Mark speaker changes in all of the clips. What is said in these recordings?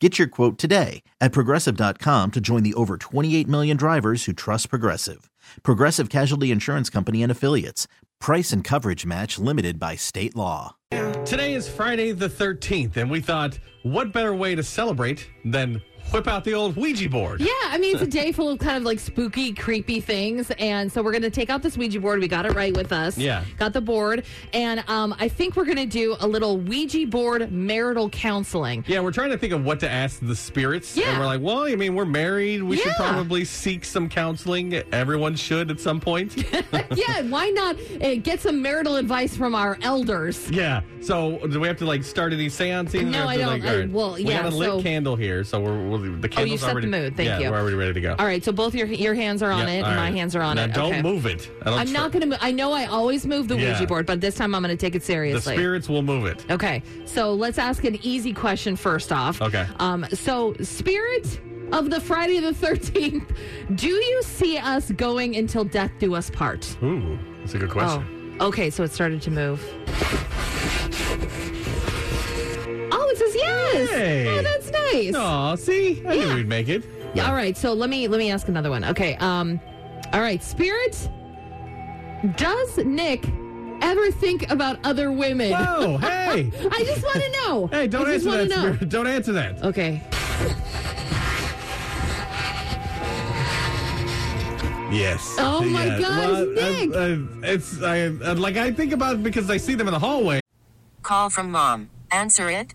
Speaker 1: Get your quote today at progressive.com to join the over 28 million drivers who trust Progressive. Progressive Casualty Insurance Company and Affiliates. Price and coverage match limited by state law.
Speaker 2: Today is Friday the 13th, and we thought, what better way to celebrate than whip out the old Ouija board?
Speaker 3: Yeah, I mean, it's a day full of kind of like spooky, creepy things. And so we're going to take out this Ouija board. We got it right with us.
Speaker 2: Yeah.
Speaker 3: Got the board. And um, I think we're going to do a little Ouija board marital counseling.
Speaker 2: Yeah, we're trying to think of what to ask the spirits. And
Speaker 3: Yeah.
Speaker 2: we're like, well, I mean, we're married. We should
Speaker 3: Yeah.
Speaker 2: probably seek some counseling. Everyone should at some point.
Speaker 3: yeah, why not uh, get some marital advice from our elders?
Speaker 2: yeah. So do we have to like start any seances?
Speaker 3: No,
Speaker 2: Or
Speaker 3: I
Speaker 2: have to,
Speaker 3: don't.
Speaker 2: like, all right.
Speaker 3: I- well,
Speaker 2: We
Speaker 3: yeah,
Speaker 2: got a lit
Speaker 3: so- Oh,
Speaker 2: candle here, so we're, we're the candle's
Speaker 3: set the
Speaker 2: already.
Speaker 3: mood. Thank
Speaker 2: yeah,
Speaker 3: you.
Speaker 2: We're already ready to go.
Speaker 3: All right, so both your your hands are on
Speaker 2: Yeah,
Speaker 3: it,
Speaker 2: all
Speaker 3: and my
Speaker 2: right.
Speaker 3: hands are on
Speaker 2: Now,
Speaker 3: it.
Speaker 2: Don't
Speaker 3: Okay.
Speaker 2: move it. I don't
Speaker 3: I'm not
Speaker 2: tr-
Speaker 3: going to move. I know I always move the
Speaker 2: Yeah.
Speaker 3: Ouija board, but this time I'm going to take it
Speaker 2: The
Speaker 3: seriously.
Speaker 2: spirits will move it.
Speaker 3: Okay, so let's ask an easy question first off.
Speaker 2: Okay.
Speaker 3: Um, so, spirit of the Friday the 13th, do you see us going until death do us part?
Speaker 2: Ooh, that's a good question.
Speaker 3: Oh, okay, so it started to move. Oh, it says yes.
Speaker 2: Hey.
Speaker 3: Oh, that's nice.
Speaker 2: Aw, see? I knew
Speaker 3: Yeah.
Speaker 2: we'd make it.
Speaker 3: Yeah, All right, so let me let me ask another one. Okay. Um, all right, spirit, does Nick ever think about other women?
Speaker 2: Oh, hey!
Speaker 3: I just want to know.
Speaker 2: Hey, don't
Speaker 3: I just
Speaker 2: answer that,
Speaker 3: wanna know. Oh.
Speaker 2: Spirit. Don't answer that.
Speaker 3: Okay.
Speaker 2: Yes.
Speaker 3: Oh my
Speaker 2: Yes.
Speaker 3: God,
Speaker 2: Well,
Speaker 3: it's
Speaker 2: I-
Speaker 3: Nick.
Speaker 2: I- it's I, I- uh, like I think about it because I see them in the hallway.
Speaker 4: Call from mom. Answer it.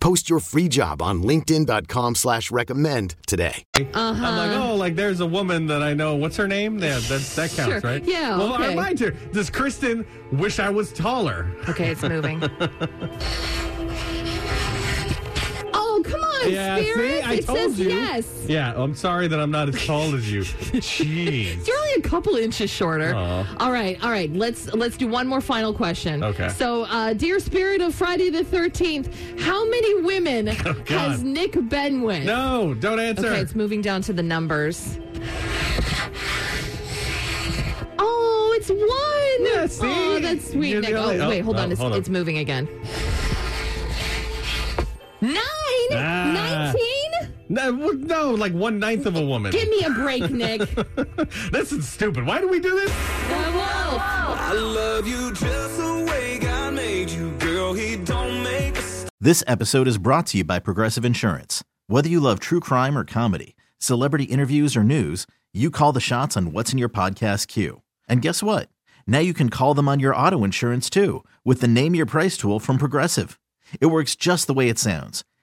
Speaker 5: Post your free job on linkedin.com/recommend slash recommend today.
Speaker 2: I'm like,
Speaker 3: Uh-huh.
Speaker 2: oh, like there's a woman that I know. What's her name? Yeah, that that counts,
Speaker 3: Sure.
Speaker 2: right?
Speaker 3: Yeah,
Speaker 2: Well,
Speaker 3: okay.
Speaker 2: mine too. Does Kristen wish I was taller?
Speaker 3: Okay, it's moving. oh, come on,
Speaker 2: Yeah,
Speaker 3: Spirit.
Speaker 2: see, I
Speaker 3: it
Speaker 2: told
Speaker 3: says
Speaker 2: you.
Speaker 3: yes.
Speaker 2: Yeah, I'm sorry that I'm not as tall as you. Jeez.
Speaker 3: You're only a couple inches shorter. All right, all right. Let's let's do one more final question.
Speaker 2: Okay.
Speaker 3: So, uh, dear Spirit of Friday the Thirteenth, how many women has Nick been with?
Speaker 2: Oh, No, don't answer.
Speaker 3: Okay, it's moving down to the numbers. Oh, it's one.
Speaker 2: Yeah, see?
Speaker 3: Oh, that's sweet,
Speaker 2: You're the
Speaker 3: Nick. Oh,
Speaker 2: only- oh,
Speaker 3: wait, hold
Speaker 2: oh,
Speaker 3: on. It's,
Speaker 2: hold on.
Speaker 3: it's moving again. Nine?
Speaker 2: Ah.
Speaker 3: Nineteen?
Speaker 2: no, well, no, like one ninth of a woman.
Speaker 3: Give me a break, Nick. Whoa,
Speaker 2: this is stupid. Why do we do this?
Speaker 3: whoa.
Speaker 6: I love you just the way God made you, girl. He
Speaker 1: This episode is brought to you by Progressive Insurance. Whether you love true crime or comedy, celebrity interviews or news, you call the shots on what's in your podcast queue. And guess what? Now you can call them on your auto insurance too with the Name Your Price tool from Progressive. It works just the way it sounds.